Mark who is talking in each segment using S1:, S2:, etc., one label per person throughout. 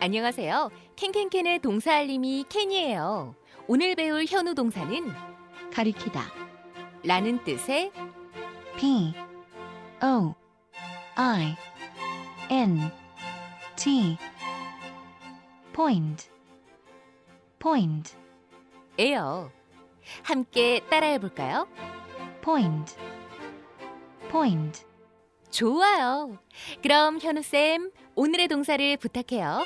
S1: 안녕하세요. 캔캔캔의 동사 알림이 캔이에요. 오늘 배울 현우 동사는
S2: 가리키다.
S1: 라는 뜻의
S2: P O I N T point point
S1: 에요. 함께 따라해 볼까요?
S2: point point
S1: 좋아요. 그럼 현우쌤, 오늘의 동사를 부탁해요.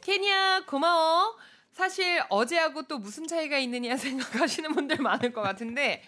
S3: 케냐 고마워. 사실 어제하고 또 무슨 차이가 있느냐 생각하시는 분들 많을 것 같은데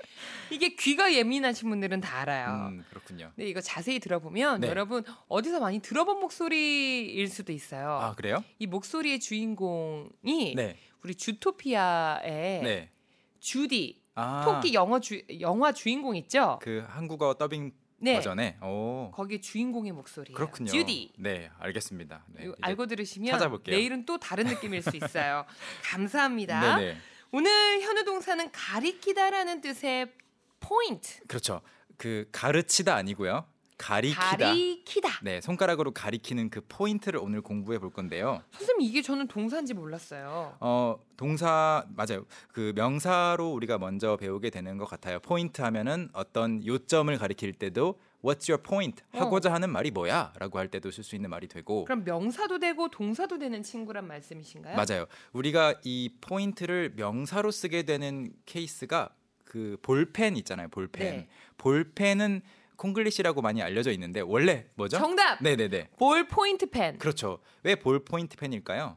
S3: 이게 귀가 예민하신 분들은 다 알아요.
S4: 음, 그렇군요.
S3: 근데 이거 자세히 들어보면
S4: 네.
S3: 여러분 어디서 많이 들어본 목소리일 수도 있어요.
S4: 아 그래요?
S3: 이 목소리의 주인공이
S4: 네.
S3: 우리 주토피아의
S4: 네.
S3: 주디
S4: 아,
S3: 토끼 영어 주, 영화 주인공 있죠?
S4: 그 한국어 더빙
S3: 네.
S4: 버전에. 오.
S3: 거기에 주인공의 목소리예요.
S4: 그렇군요.
S3: 주디.
S4: 네, 알겠습니다. 네.
S3: 이거
S4: 이제-
S3: 알고 들으시면
S4: 찾아볼게요.
S3: 내일은 또 다른 느낌일 수 있어요. 감사합니다.
S4: 네, 네.
S3: 오늘 현우 동사는 가리키다라는 뜻의 포인트.
S4: 그렇죠. 그 가르치다 아니고요. 가리키다.
S3: 가리키다.
S4: 네, 손가락으로 가리키는 그 포인트를 오늘 공부해 볼 건데요.
S3: 선생님 이게 저는 동사인지 몰랐어요.
S4: 어, 동사 맞아요. 그 명사로 우리가 먼저 배우게 되는 것 같아요. 포인트 하면은 어떤 요점을 가리킬 때도 what's your point
S3: 어.
S4: 하고자 하는 말이 뭐야라고 할 때도 쓸 수 있는 말이 되고
S3: 그럼 명사도 되고 동사도 되는 친구란 말씀이신가요?
S4: 맞아요. 우리가 이 포인트를 명사로 쓰게 되는 케이스가 그 볼펜 있잖아요. 볼펜.
S3: 네.
S4: 볼펜은 콩글리시라고 많이 알려져 있는데 원래 뭐죠?
S3: 정답.
S4: 네네네.
S3: 볼 포인트 펜.
S4: 그렇죠. 왜 볼 포인트 펜일까요?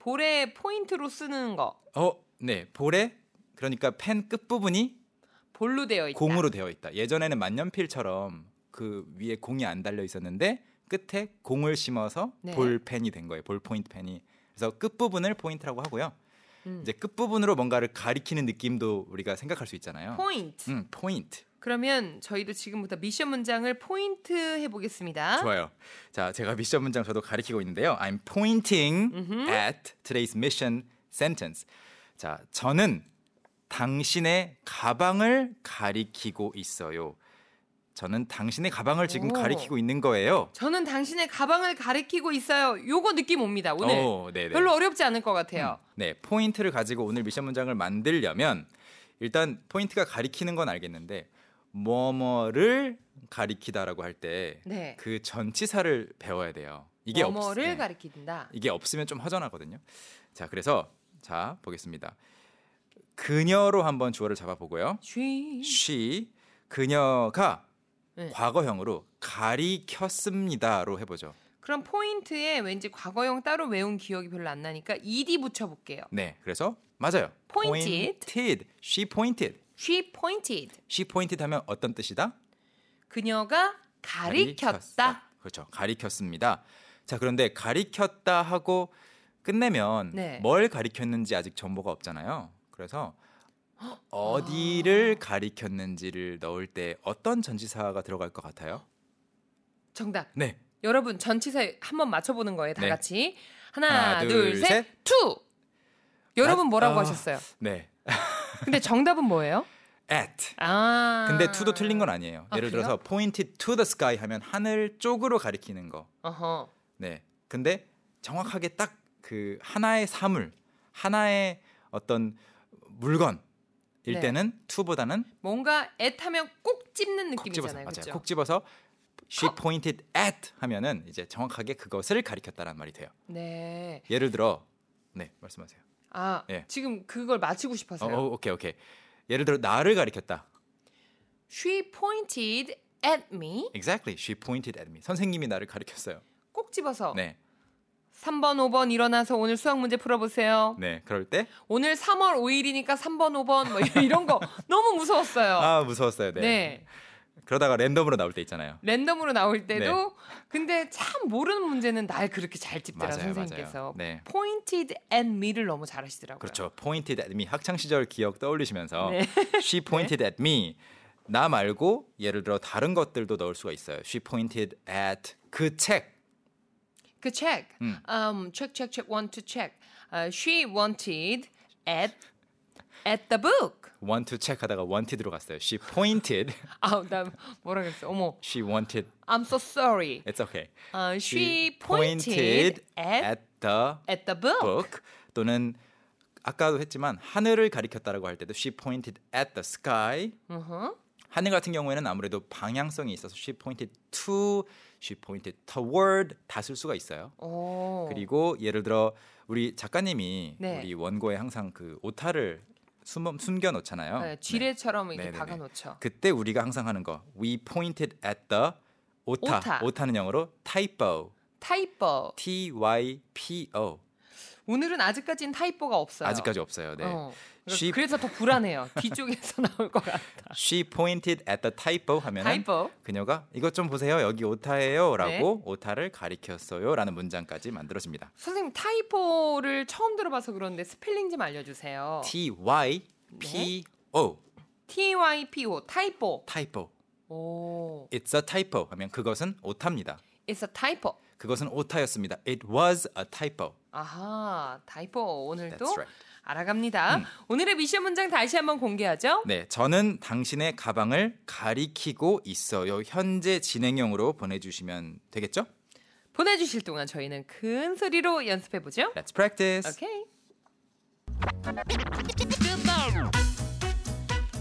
S3: 볼에 포인트로 쓰는 거.
S4: 어, 네. 볼에 그러니까 펜 끝부분이
S3: 볼로 되어 있다.
S4: 공으로 되어 있다. 예전에는 만년필처럼 그 위에 공이 안 달려 있었는데 끝에 공을 심어서
S3: 네.
S4: 볼펜이 된 거예요. 볼 포인트 펜이. 그래서 끝부분을 포인트라고 하고요.
S3: 음.
S4: 이제 끝부분으로 뭔가를 가리키는 느낌도 우리가 생각할 수 있잖아요.
S3: 포인트.
S4: 음, 포인트.
S3: 그러면 저희도 지금부터 미션 문장을 포인트 해 보겠습니다.
S4: 좋아요. 자, 제가 미션 문장 저도 가리키고 있는데요. I'm pointing at today's mission sentence. 자, 저는 당신의 가방을 가리키고 있어요. 저는 당신의 가방을 지금
S3: 오.
S4: 가리키고 있는 거예요.
S3: 저는 당신의 가방을 가리키고 있어요. 요거 느낌 옵니다. 오늘.
S4: 오, 네네.
S3: 별로 어렵지 않을 것 같아요.
S4: 네, 포인트를 가지고 오늘 미션 문장을 만들려면 일단 포인트가 가리키는 건 알겠는데 뭐뭐를 가리키다라고 할 때 그
S3: 네. 전치사를
S4: 전치사를 배워야 돼요. 이게 없,
S3: 뭐뭐를
S4: 네.
S3: 가리킨다.
S4: 이게 없으면 좀 허전하거든요. 자, 그래서 자, 보겠습니다. 그녀로 한번 주어를 잡아 보고요.
S3: 쥐.
S4: she 그녀가
S3: 네.
S4: 과거형으로 가리켰습니다로 해 보죠.
S3: 그럼 포인트에 왠지 과거형 따로 외운 기억이 별로 안 나니까 ed 붙여볼게요.
S4: 네. 그래서 맞아요.
S3: Pointed.
S4: pointed. she pointed.
S3: She pointed.
S4: she pointed 하면 어떤 뜻이다?
S3: 그녀가 가리켰다.
S4: 그렇죠. 가리켰습니다. 자, 그런데 가리켰다 하고 끝내면
S3: 네.
S4: 뭘 가리켰는지 아직 정보가 없잖아요. 그래서 어디를 가리켰는지를 넣을 때 어떤 전치사가 들어갈 것 같아요?
S3: 정답.
S4: 네.
S3: 여러분 전치사 한번 맞춰보는 거예요. 다
S4: 네.
S3: 같이 하나,
S4: 하나,
S3: 둘,
S4: 둘,
S3: 셋,
S4: 셋.
S3: 투. 여러분
S4: 나-
S3: 뭐라고
S4: 아.
S3: 하셨어요?
S4: 네.
S3: 근데 정답은 뭐예요?
S4: at.
S3: 아.
S4: 근데 to도 틀린 건 아니에요.
S3: 아,
S4: 예를
S3: 그래요?
S4: 들어서 pointed to the sky 하면 하늘 쪽으로 가리키는 거.
S3: 어허.
S4: 네. 근데 정확하게 딱 그 하나의 사물, 하나의 어떤 물건일
S3: 네.
S4: 때는 to보다는
S3: 뭔가 애타면 꼭 찝는
S4: 콕 집어서
S3: 느낌이잖아요.
S4: 맞아요.
S3: 그렇죠?
S4: 콕 집어서 she pointed at 하면은 이제 정확하게 그것을 가리켰다는 말이 돼요.
S3: 네.
S4: 예를 들어 네 말씀하세요.
S3: 아
S4: 예.
S3: 지금 그걸 맞히고
S4: 어,
S3: 싶어서요.
S4: 어, 오케이 오케이. 예를 들어 나를 가리켰다.
S3: She pointed at me.
S4: Exactly. She pointed at me. 선생님이 나를 가리켰어요.
S3: 꼭 집어서.
S4: 네,
S3: 3번, 5번 일어나서 오늘 수학 문제 풀어보세요.
S4: 네. 그럴 때 아
S3: 오늘 3월 5일이니까 3번, 5번 뭐 이런- 이런 거 너무 무서웠어요.
S4: 무서웠어요. 네.
S3: 네.
S4: 그러다가 랜덤으로 나올 때 있잖아요.
S3: 랜덤으로 나올 때도 근데 참 모르는 문제는 날 그렇게 잘 찝더라
S4: 네. 맞아요,
S3: 선생님께서.
S4: 맞아요. 네.
S3: Pointed at me를 너무 잘하시더라고요.
S4: 그렇죠. pointed at me 학창 시절 기억 떠올리시면서
S3: 네.
S4: she pointed at me 나 말고 예를 들어 다른 것들도 넣을 수가 있어요. she pointed at 그 책.
S3: 그 check.
S4: 음.
S3: Um, check, check, check, want to check. Uh, she wanted at at the book.
S4: want to check 하다가 wanted로 갔어요. She pointed.
S3: 아, 나 뭐라 그랬어? 어머,
S4: She wanted.
S3: I'm so sorry.
S4: It's okay.
S3: 아, she pointed at
S4: at the
S3: at the book.
S4: book 또는 아까도 했지만 하늘을 가리켰다라고 할 때도 she pointed at the sky.
S3: Uh-huh.
S4: 하늘 같은 경우에는 아무래도 방향성이 있어서 she pointed to, she pointed toward 다 쓸 수가 있어요.
S3: 오.
S4: 그리고 예를 들어 우리 작가님이
S3: 네.
S4: 우리 원고에 항상 그 오타를 숨, 숨겨 놓잖아요.
S3: 네, 지뢰처럼 이렇게
S4: 어, 네네네.
S3: 박아 놓죠.
S4: 그때 우리가 항상 하는 거 we pointed at the 오타.
S3: 오타.
S4: 는 영어로 typo.
S3: 타이퍼.
S4: T Y P O.
S3: 오늘은 아직까지는 타이퍼가 없어요.
S4: 아직까지 없어요. 네.
S3: 어. 그래서-
S4: She-
S3: 그래서 더 불안해요. 뒤쪽에서 나올 것 같아.
S4: She pointed at the typo 하면은
S3: 타이퍼.
S4: 그녀가 이것 좀 보세요. 여기
S3: 네.
S4: 오타예요라고 오타를 가리켰어요라는 문장까지 만들어집니다.
S3: 선생님 타이포를 처음 들어봐서 그런데 스펠링 좀 알려주세요.
S4: T Y P O.
S3: T Y P O 타이포.
S4: typo.
S3: 오,
S4: It's a typo 하면 그것은 오타입니다.
S3: it's a typo.
S4: 그것은 오타였습니다. It was a typo.
S3: 아하, 타이포 오늘도
S4: That's right. 음.
S3: 알아갑니다. 오늘의 미션 문장 다시 한번 공개하죠.
S4: 네, 저는 당신의 가방을 가리키고 있어요. 현재 진행형으로 보내주시면 되겠죠?
S3: 보내주실 동안 저희는 큰 소리로 연습해 보죠.
S4: Let's practice.
S3: 오케이.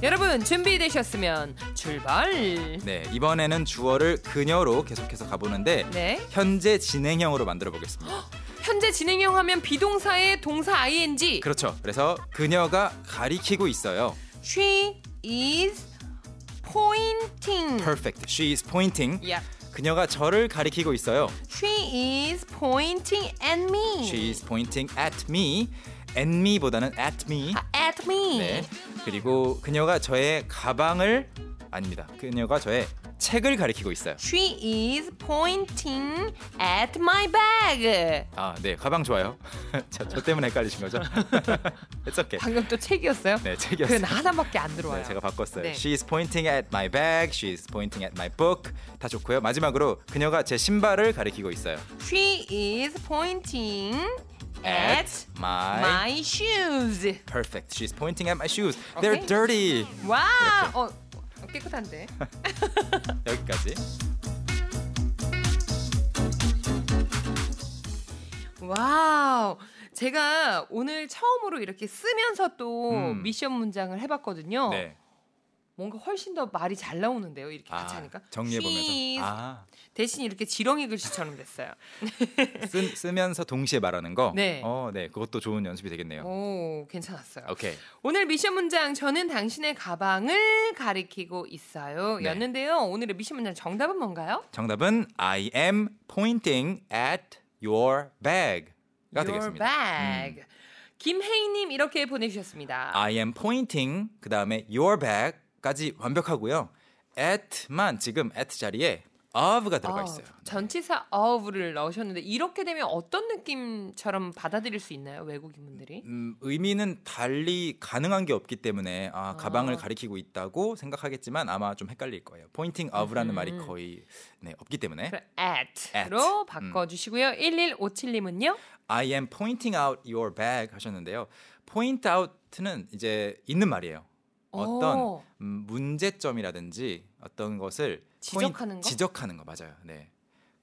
S3: 여러분 준비되셨으면 출발.
S4: 네, 이번에는 주어를 그녀로 계속해서 가보는데
S3: 네.
S4: 현재 진행형으로 만들어 보겠습니다.
S3: 현재 진행형 하면 비동사에 동사 ing.
S4: 그렇죠. 그래서 그녀가 가리키고 있어요.
S3: She is pointing.
S4: Perfect. She is pointing.
S3: Yeah.
S4: 그녀가 저를 가리키고 있어요.
S3: She is pointing at me.
S4: She is pointing at me. and me보다는 at me.
S3: at me.
S4: 네. 그리고 그녀가 저의 가방을 아닙니다. 그녀가 저의 책을 가리키고 있어요.
S3: She is pointing at my bag.
S4: 아, 네. 가방 좋아요. 저, 저 때문에 헷갈리신 거죠? It's okay.
S3: 방금 또 책이었어요?
S4: 네,
S3: 그
S4: 책이었어요.
S3: 하나밖에 안 들어와요.
S4: 네, 제가 바꿨어요.
S3: 네.
S4: She is pointing at my bag. She is pointing at my book. 다 좋고요. 마지막으로 그녀가 제 신발을 가리키고 있어요.
S3: She is pointing at
S4: my,
S3: my shoes.
S4: perfect. She is pointing at my shoes. They're
S3: Okay.
S4: dirty.
S3: 와,
S4: 그렇죠.
S3: 어, 어, 깨끗한데.
S4: 여기까지.
S3: 와우. 제가 오늘 처음으로 이렇게 쓰면서 또
S4: 음.
S3: 미션 문장을 해봤거든요.
S4: 네.
S3: 뭔가 훨씬 더 말이 잘 나오는데요. 이렇게 같이
S4: 아,
S3: 하니까.
S4: 정리해
S3: She is
S4: 보면서 아,
S3: 대신 이렇게 지렁이 글씨처럼 됐어요.
S4: 쓰, 쓰면서 동시에 말하는 거.
S3: 네.
S4: 어, 네. 그것도 좋은 연습이 되겠네요.
S3: 오, 괜찮았어요.
S4: 오케이.
S3: 오늘 미션 문장 저는 당신의 가방을 가리키고 있어요.
S4: 네.
S3: 였는데요. 오늘의 미션 문장 정답은 뭔가요?
S4: 정답은 I am pointing at your bag가
S3: Your
S4: 되겠습니다. 음.
S3: bag. 김혜희님 이렇게 보내주셨습니다.
S4: I am pointing 그 다음에 your bag까지 완벽하고요. at만 지금 at 자리에 of가 네, 들어가
S3: 어,
S4: 있어요.
S3: 전치사 of를 넣으셨는데 이렇게 되면 어떤 느낌처럼 받아들일 수 있나요? 외국인 분들이?
S4: 음, 의미는 달리 가능한 게 없기 때문에 아, 가방을
S3: 아.
S4: 가리키고 있다고 생각하겠지만 아마 좀 헷갈릴 거예요. pointing of라는 말이 거의 네, 음. 없기 때문에
S3: 음. 그럼 at로 바꿔주시고요. 1157님은요?
S4: I am pointing out your bag 하셨는데요. point out는 이제 있는 말이에요. 어떤
S3: 오,
S4: 음, 문제점이라든지 어떤 것을
S3: 지적하는 거?
S4: 지적하는 거 맞아요. 네.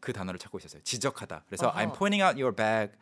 S4: 그 단어를 찾고 있었어요. 지적하다. 그래서
S3: 어허.
S4: I'm pointing out your bag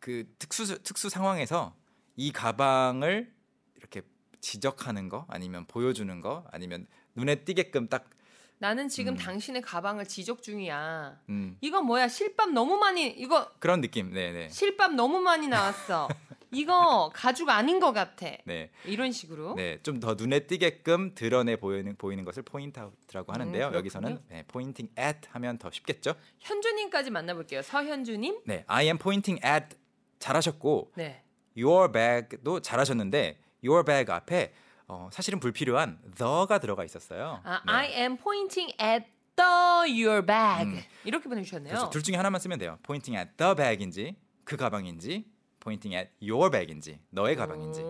S4: 그 특수 특수 상황에서 이 가방을 이렇게 지적하는 거 아니면 보여주는 거 아니면 눈에 띄게끔 딱
S3: 나는 지금
S4: 음.
S3: 당신의 가방을 지적 중이야.
S4: 음,
S3: 이거 뭐야? 실밥 너무 많이 이거
S4: 그런 느낌. 네, 네.
S3: 실밥 너무 많이 나왔어. 이거 가죽 아닌 것 같아.
S4: 네.
S3: 이런 식으로.
S4: 네, 좀 더 눈에 띄게끔 드러내 보이는 보이는 것을 포인트 아웃이라고 하는데요.
S3: 음, 그렇군요.
S4: 여기서는 네, pointing at 하면 더 쉽겠죠?
S3: 현주님까지 만나볼게요. 서현주님.
S4: 네, I am pointing at 잘하셨고
S3: 네.
S4: your bag도 잘하셨는데 your bag 앞에 어, 사실은 불필요한 the가 들어가 있었어요.
S3: 아,
S4: 네.
S3: I am pointing at the your bag.
S4: 음.
S3: 이렇게 보내주셨네요.
S4: 그래서 둘 중에 하나만 쓰면 돼요. pointing at the bag인지 그 가방인지 pointing at your bag인지 너의 가방인지.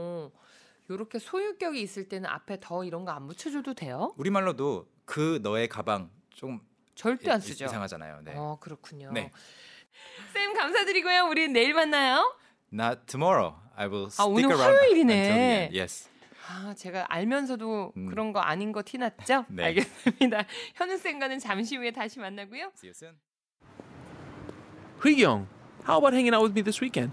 S3: 이렇게 소유격이 있을 때는 앞에 더 이런 거 안 붙여줘도 돼요?
S4: 우리말로도 그 너의 가방 좀
S3: 절대 안 쓰죠.
S4: 예, 이상하잖아요. 네.
S3: 어 그렇군요.
S4: 네.
S3: 쌤 감사드리고요. 우리 내일 만나요.
S4: Not tomorrow. I will
S3: 아,
S4: stick
S3: 오늘
S4: around
S3: 화요일이네.
S4: until the end. Yes.
S3: 아, 제가 알면서도
S4: 음.
S3: 그런 거 아닌 거 티 났죠?
S4: 네.
S3: 알겠습니다. 현우 쌤과는 잠시 후에 다시 만나고요.
S4: See you soon.
S5: Young, how about hanging out with me this weekend?